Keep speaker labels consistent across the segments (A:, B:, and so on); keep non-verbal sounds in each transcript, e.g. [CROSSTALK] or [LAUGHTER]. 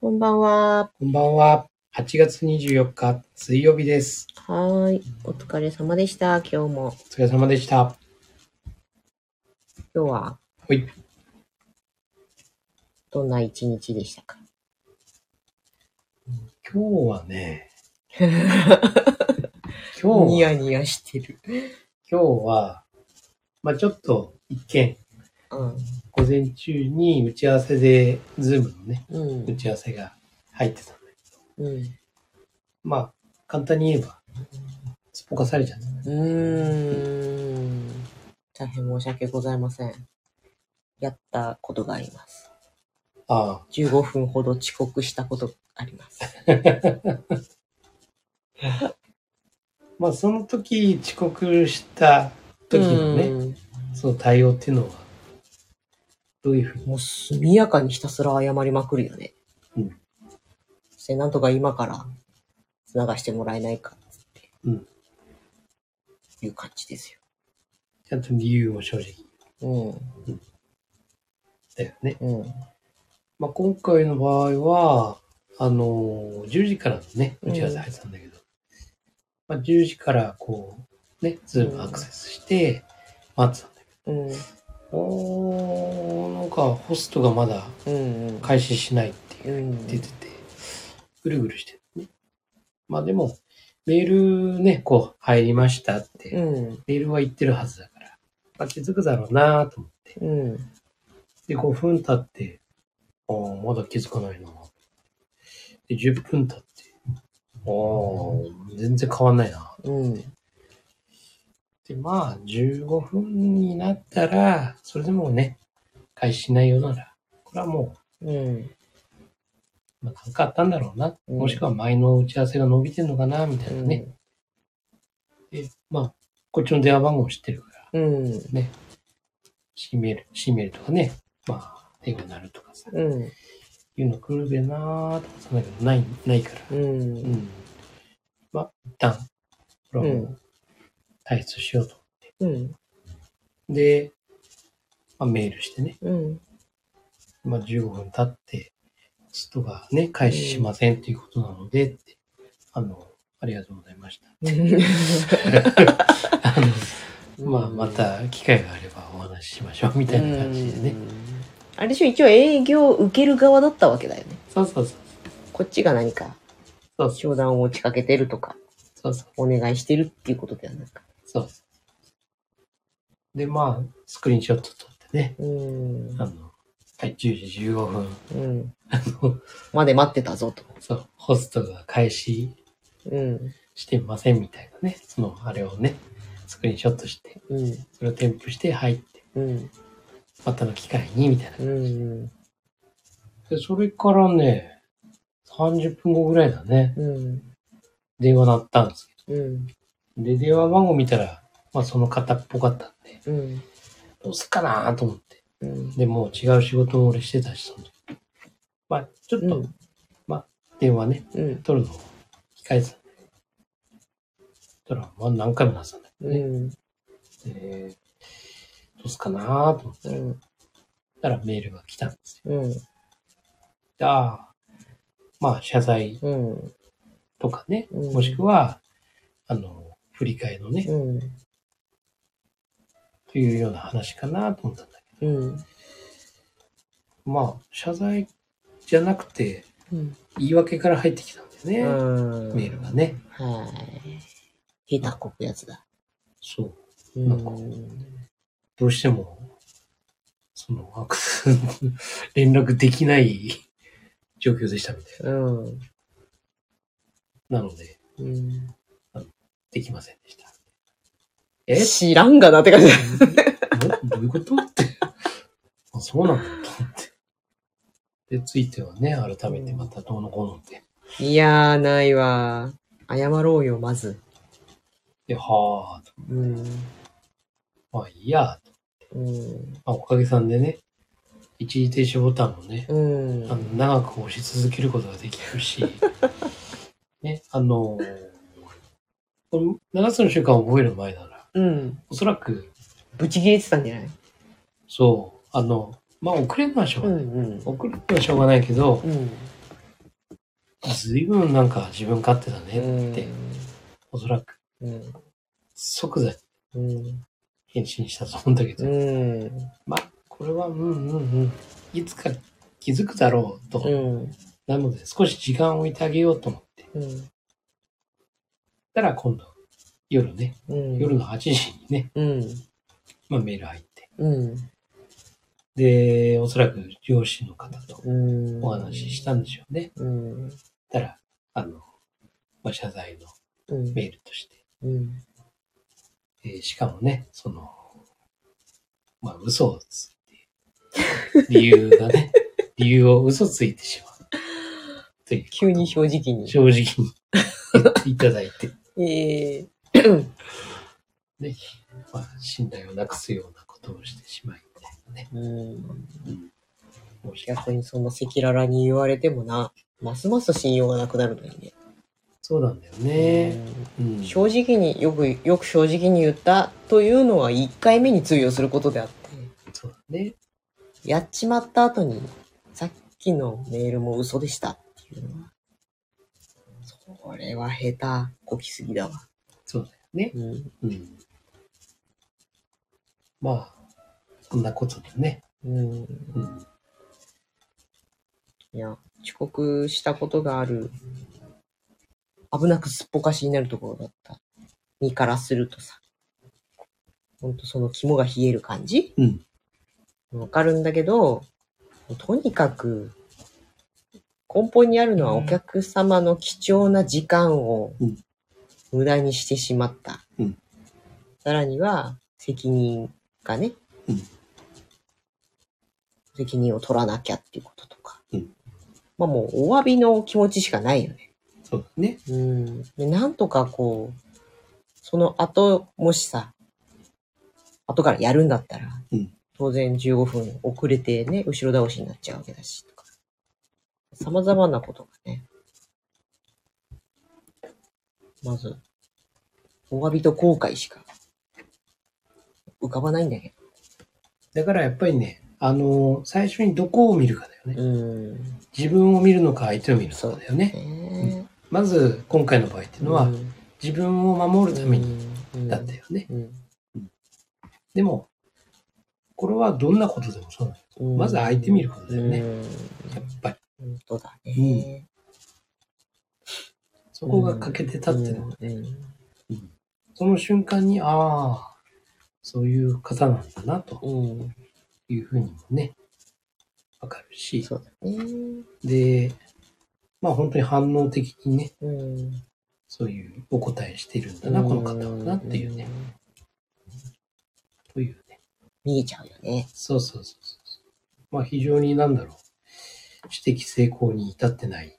A: こんばんは。
B: こんばんは。8月24日、水曜日です。
A: はーい。お疲れ様でした。今日も。
B: お疲れ様でした。
A: 今日は
B: ほい。
A: どんな一日でしたか
B: 今日は
A: [LAUGHS]
B: ね、今
A: ニ
B: 日は、
A: ヤニヤしてる。
B: 今日は、まあちょっと一見、
A: うん。
B: 午前中に打ち合わせで、ズームのね、
A: う
B: 打
A: ん。
B: ち合わせが入ってたので、
A: うん。
B: まあ簡単に言えば、すっぽかされちゃった。
A: うーん。大変申し訳ございません。やったことがあります。
B: ああ、
A: 15分ほど遅刻したことがあります。
B: まあその時遅刻した時のね、
A: うん
B: その対応っていうのは、どういうふうに、
A: もう速やかにひたすら謝りまくるよね。
B: うん。
A: そしてなんとか今から繋がしてもらえないかって。
B: うん。
A: いう感じですよ。
B: ちゃんと理由を正直
A: うん。
B: だよね。
A: うん。
B: まあ、今回の場合は、あのー、10時からのね、打ち合わせ入ってたんだけど、まあ、10時からこう、ね、ズームアクセスして、待ってたんだけ
A: うん。
B: ど、おーなんかホストがまだ
A: うん。うん。
B: 開始しないって
A: う
B: いう、
A: ん。
B: 出てて、ぐるぐるしてるね。まあでも、メールね、こう、入りましたって、
A: うん。
B: メールは言ってるはずだから、まあ、気づくだろうなと思って。
A: うん。
B: で、5分経って、ああ、まだ気づかないな。で、10分経って、ああ、全然変わんないな。
A: うん。
B: で、まあ、15分になったら、それでもね、開始しないようなら、これはも
A: うん。
B: う、まあ、なんかあったんだろうな。
A: うん
B: もしくは前の打ち合わせが伸びてんのかな、みたいなね。で、まあ、こっちの電話番号も知ってるから、
A: うん。
B: C メール、C メールとかね、まあ、電話になるとかさ、
A: うん。
B: いうの来るべなーとかさ、だけど、ない、ないから。
A: うん。
B: う
A: うん。
B: ん。まあ、一旦、これはもう、退出しようと。
A: うん。
B: で、まあ、メールしてね、
A: うん。
B: まあ、15分経って、ストがね、開始しませんということなので、ってあの、ありがとうございました。あの、まあ、また機会があればお話ししましょう、みたいな感じでね。。
A: あれでしょ、一応営業を受ける側だったわけだよね。
B: そうそうそう。
A: こっちが何か
B: そうそう
A: 商談を持ちかけてるとか、
B: そうそう
A: お願いしてるっていうことではなく。
B: そう。で、まあ、スクリーンショット撮ってね、
A: うん
B: あ。の、はい、10時15分、
A: うん。
B: あの、
A: まで待ってたぞと。
B: そう、ホストが開始
A: うん。
B: してませんみたいなね、そのあれをね、スクリーンショットして、
A: うん。
B: それを添付して入って、
A: うん。
B: またの機会に、みたいな
A: う。ん。
B: で、それからね、30分後ぐらいだね、
A: うん。
B: 電話鳴ったんですけ
A: うん。
B: ど。で、電話番号見たら、まあその方っぽかったんで、
A: うん。
B: どうすっかなと思って。
A: うん。
B: で、もう違う仕事も俺してたし、その時まあ、ちょっと、
A: うん
B: まあ、電話ね、
A: うん。
B: 取るのを控えてたんで。そしたら、まあ何回も鳴ってたんだけど
A: う
B: ね。
A: ん。
B: でどうすっかなと思って。
A: うん。
B: たらメールが来たんですよ。
A: うん。
B: でああ、まあ、謝罪
A: うん。
B: とかね、
A: うん
B: もしくは、あの、振り替えのね、
A: うん。
B: というような話かなと思ったんだけ
A: うん。
B: ど、まあ、謝罪じゃなくて、
A: うん。
B: 言い訳から入ってきたんだよね、
A: メ
B: メールがね。
A: はい。下手こくやつだ。
B: そう。
A: うん
B: なんかどうしても、その、アクセス、 [LAUGHS] 連絡できない状況でしたみたい
A: うん。
B: な。なので、
A: うん。
B: できませんでした。え
A: 知らんがなって感じだ。
B: [LAUGHS] どどういうことって。あそうなんだと思って。で、ついてはね、改めてまたどうのこうのって。
A: いやー、ないわ。謝ろうよ、まず。
B: で、はあ、と
A: うん。
B: まあいいや、と
A: うん。
B: まあ、おかげさんでね、一時停止ボタンをね、
A: うん
B: あの。長く押し続けることができるし、 [LAUGHS] ね、あのこの7つの習慣を覚える前なら、
A: うん。
B: おそらく、
A: ぶち切れてたんじゃない
B: そう、あの、まあ遅れるのはしょう
A: う
B: がない。
A: ん。
B: 遅れるのはしょうがないけど、
A: うん。
B: ずいぶんなんか自分勝手だねって、
A: う
B: おそらく
A: ん。
B: 即座に
A: うん。
B: 返信したと思うんだけど、
A: うん。
B: まあ、これは、うんうんうん。いつか気づくだろうと。
A: うん。
B: なので、少し時間を置いてあげようと思って。
A: うん。
B: たら今度、夜ね、
A: うん。
B: 夜の8時にね、
A: うん。
B: まあメール入って。
A: うん。
B: で、おそらく上司の方と
A: うん。
B: お話ししたんでしょうね。
A: うん。
B: たら、あの、まあ、謝罪の
A: うん。
B: メールとして。
A: うん。
B: えーしかもね、その、まあ、嘘をついて、理由が
A: [LAUGHS]
B: ね、理由を嘘ついてしまう。という
A: 急に正直に。
B: 正直に言っていただいて、
A: ええ
B: ね、まあ、信頼をなくすようなことをしてしまい、ね、
A: うん。
B: 申し訳ない
A: 逆にその赤裸々に言われてもな、ますます信用がなくなるのにね。
B: そうなんだよね。うん
A: 正直によく、よく正直に言ったというのは1回目に通用することであって。
B: そうだね。
A: やっちまった後に、さっきのメールも嘘でしたっていうのは、それは下手こきすぎだわ。
B: そうだよね。
A: うん。
B: うん。まあ、こんなことでね。
A: うん。
B: うん。
A: いや、遅刻したことがある、危なくすっぽかしになるところだった。身からするとさ、ほんとその肝が冷える感じ
B: うん。
A: わかるんだけど、とにかく、根本にあるのはお客様の貴重な時間を
B: うん
A: 無駄にしてしまった。
B: うん
A: さらには、責任がね、
B: うん
A: 責任を取らなきゃっていうこととか。
B: うん
A: まあもう、お詫びの気持ちしかないよね。
B: そうだね。
A: うん。で、なんとかこう、その後、もしさ、後からやるんだったら、
B: うん
A: 当然15分遅れてね、後ろ倒しになっちゃうわけだし、とか。様々なことがね。まず、お詫びと後悔しか浮かばないんだけ
B: だからやっぱりね、あの最初にどこを見るかだよね。
A: ど。うん。
B: 自分を見るのか相手を見るのかだよね。
A: ね
B: まず、今回の場合っていうのは、
A: うん
B: 自分を守るために
A: うん
B: だったよね。
A: うん
B: でも、これはどんなことでもそうなんだよ。
A: うん
B: まず相手見ることだよね
A: うん
B: やっぱり、
A: 本当だね。
B: そこが欠けてたっていうのは、
A: うん
B: その瞬間に、ああ、そういう方なんだな、と
A: うん、
B: いうふうにもね、わかるし、
A: そうだね。
B: で、まあ本当に反応的にね、
A: うん。
B: そういうお答えしてるんだな、この方はな、っていうね、。というね。
A: 見えちゃうよね。
B: そうそうそうそう。まあ非常になんだろう、知的成功に至ってない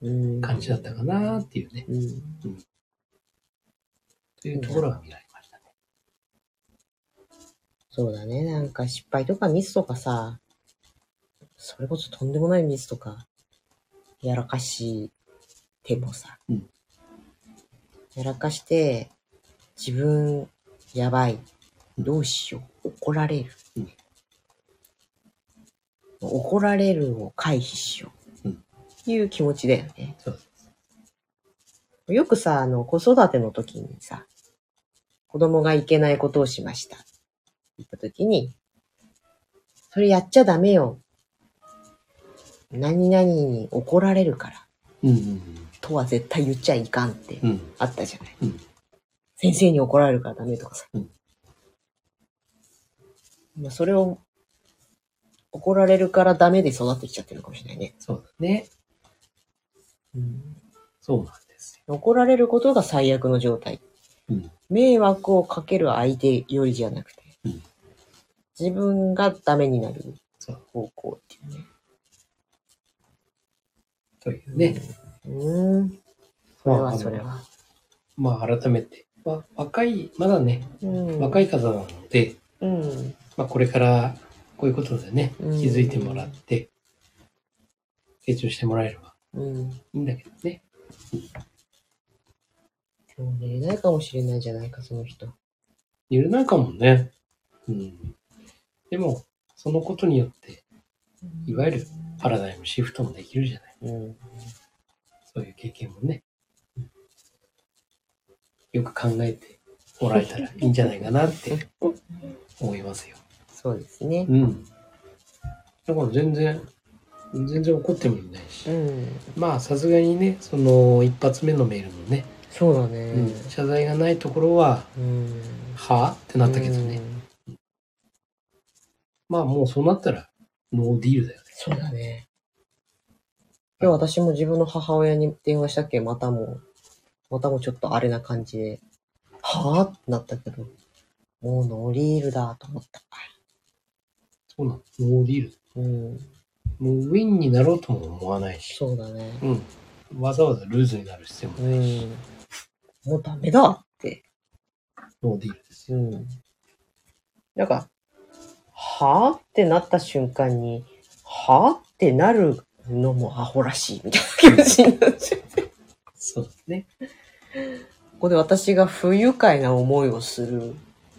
A: うん
B: 感じだったかな、っていうね、
A: うん。
B: というところが見られましたね。
A: そうだね。なんか失敗とかミスとかさ、それこそとんでもないミスとか、やらかしてもさ、
B: うん
A: やらかして、自分、やばい、どうしよう、怒られる。
B: うん
A: 怒られるを回避しよう。
B: うん
A: っていう気持ちだよね。
B: そうです。
A: よくさ、あの、子育ての時にさ、子供がいけないことをしました。言った時に、それやっちゃダメよ。何々に怒られるから、
B: うんうん
A: とは絶対言っちゃいかんって
B: うん。うん。
A: あったじゃない。
B: うん
A: 先生に怒られるからダメとかさ。
B: うん
A: まあそれを、怒られるからダメで育ってきちゃってるのかもしれないね。
B: そうだね。そうなんです
A: 怒られることが最悪の状態。
B: よ。うん。
A: 迷惑をかける相手よりじゃなくて、
B: うん
A: 自分がダメになる
B: そう。
A: 方向っていうね。
B: というね。
A: うん。それはそれは。
B: まあ改めて、まあ、若い、まだね、
A: うん。
B: 若い方なので、
A: うん。
B: まあ、これからこういうことでね、気
A: うん
B: づいてもらって、成長してもらえれば
A: うん。
B: いいんだけどね。
A: でも寝れないかもしれないじゃないか、その人。
B: 揺れないかもね。うん。でも、そのことによって、いわゆるパラダイムシフトもできるじゃない。
A: うん。
B: そういう経験もね、よく考えてもらえたらいいんじゃないかなって思いますよ。
A: そうですね。
B: うん。だから全然、全然怒ってもいないし。
A: うん。
B: まあさすがにね、その一発目のメールのね、
A: そうだね。
B: 謝罪がないところは、
A: うん。
B: はぁってなったけどね。
A: うん。
B: まあもうそうなったら、ノーディールだよね。
A: そうだね。今日私も自分の母親に電話したっけまたも、またもちょっとあれな感じで、はぁってなったけど、もうノーリールだと思った。
B: そうなの。ノーディール。
A: うん。
B: もうウィンになろうとも思わないし。
A: そうだね。
B: うん。わざわざルーズになる必要も
A: う
B: ないし。
A: ん。もうダメだって。
B: ノーディールですよ。
A: うん。なんか、はぁってなった瞬間に、はぁってなるのもアホらしいみたいな気持ちになっちゃう。
B: そうですね。
A: ここで私が不愉快な思いをする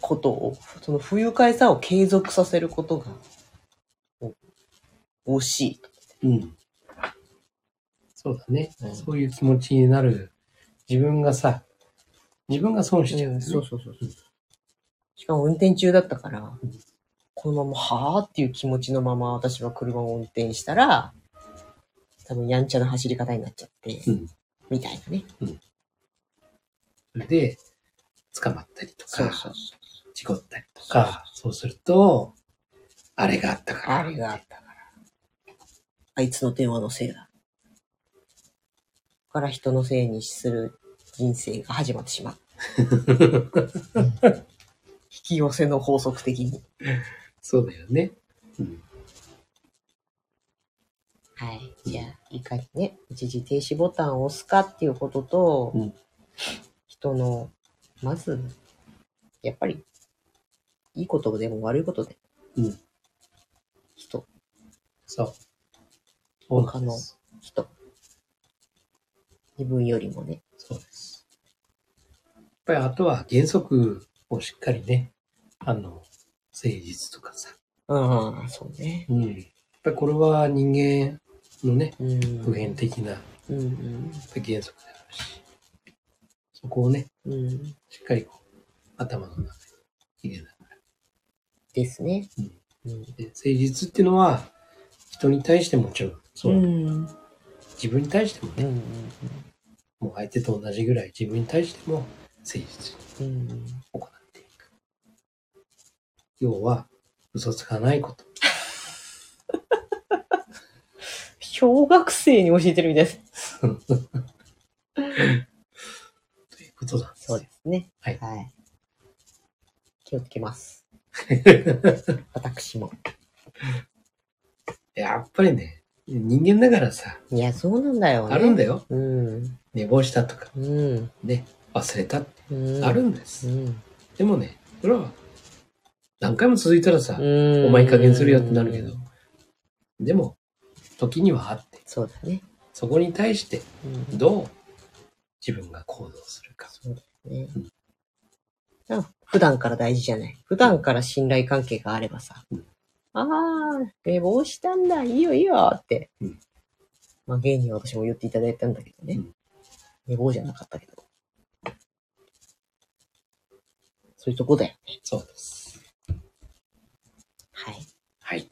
A: ことを、その不愉快さを継続させることが、お惜しい。
B: うん。そうだね。
A: うん
B: そういう気持ちになる。自分がさ、自分が損しちゃう、ね。
A: そうそうそうそう。しかも運転中だったから
B: うん、
A: このままはーっていう気持ちのまま私は車を運転したら、多分やんちゃな走り方になっちゃって、
B: うん。
A: みたいなね。
B: それで、捕まったりとか、
A: そう。
B: 事故ったりとか、そうすると、あれがあったから。
A: あれがあったから。あいつの電話のせいだ。から人のせいにする人生が始まってし [LAUGHS] まう。引き寄せの法則的に。
B: そうだよね。うん。
A: はい。じゃあ、いかにね、一時停止ボタンを押すかっていうことと、
B: うん
A: 人の、まず、やっぱり、いいことでも悪いことで、
B: うん
A: 人、
B: そう。そうな
A: 他
B: んで
A: の
B: す。
A: 人。自分よりもね。
B: そうです。やっぱりあとは原則をしっかりね、あの、誠実とかさ。
A: ああ、そうね。
B: うん。やっぱりこれは人間のね、
A: うん。
B: 普遍的なやっ
A: うんうん
B: ぱり原則であるし、そこをね、
A: うん。
B: しっかりこう、頭の中に入れなが
A: ですね。
B: ら。で誠実っていうのは、人に対してもちろん、そう、
A: ん。
B: 自分に対しても
A: う
B: ね、
A: ん。
B: もう相手と同じぐらい自分に対しても誠実に
A: うん。
B: 行っていく。要は、嘘つかないこと。
A: 小学生に教えてるみたいです。
B: ということなんです
A: そう
B: よ
A: で。すね。
B: はい
A: 気をつけます。私も。
B: [LAUGHS] やっぱりね、人間だからさ、
A: いや、そうなんだよ、ね。
B: あるんだよ。
A: うん。
B: 寝坊したとか、
A: うん。
B: ね、忘れたって
A: うん。
B: あるんです
A: う。ん。
B: でもね、それは、何回も続いたらさ、
A: うん。
B: お前いい加減するよってなるけど。、でも、時にはあって、
A: そうだね。
B: そこに対して
A: うん。
B: どう自分が行動するか。
A: そうだね。なんか普段から大事じゃない。普段から信頼関係があればさ
B: うん、
A: ああ、寝坊したんだ、いいよいいよって。
B: うん
A: まあ、芸人は私も言っていただいたんだけどね。
B: うん
A: 寝坊じゃなかったけど。そういうとこだよね。
B: そうです。
A: はい。
B: はい。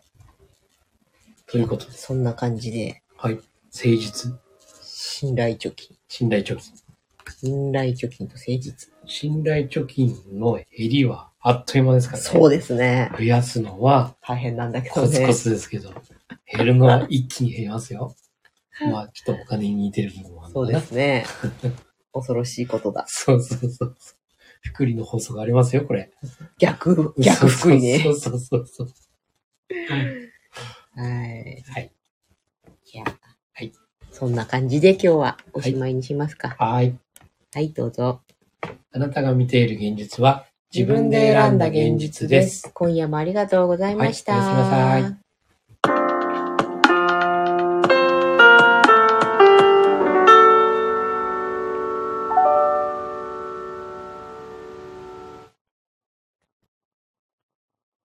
B: ということで、
A: そんな感じで、
B: はい。誠実、
A: 信頼貯金。
B: 信頼貯金。
A: 信頼貯金と誠実。
B: 信頼貯金の襟はあっという間ですからね。
A: そうですね。
B: 増やすのは
A: 大変なんだけど
B: コツ
A: ね。
B: コツですけど、減るのは一気に減りますよ。まあ、ちょっとお金に似てる部分もある
A: そ
B: の
A: う
B: か
A: で
B: な。
A: す
B: [LAUGHS]
A: ね。恐ろしいことだ。
B: そうそうそうそう。福利の法則ありますよ、これ。
A: 逆、逆福利ね
B: そ。うそうそうそう。
A: はい。
B: はい。
A: いや。
B: はい。
A: そんな感じで今日はおしまいにしますか。
B: はい。
A: はい、どうぞ。
B: あなたが見ている現実は自分で選んだ現実です。。
A: 今夜もありがとうございました。
B: はいおやすみなさい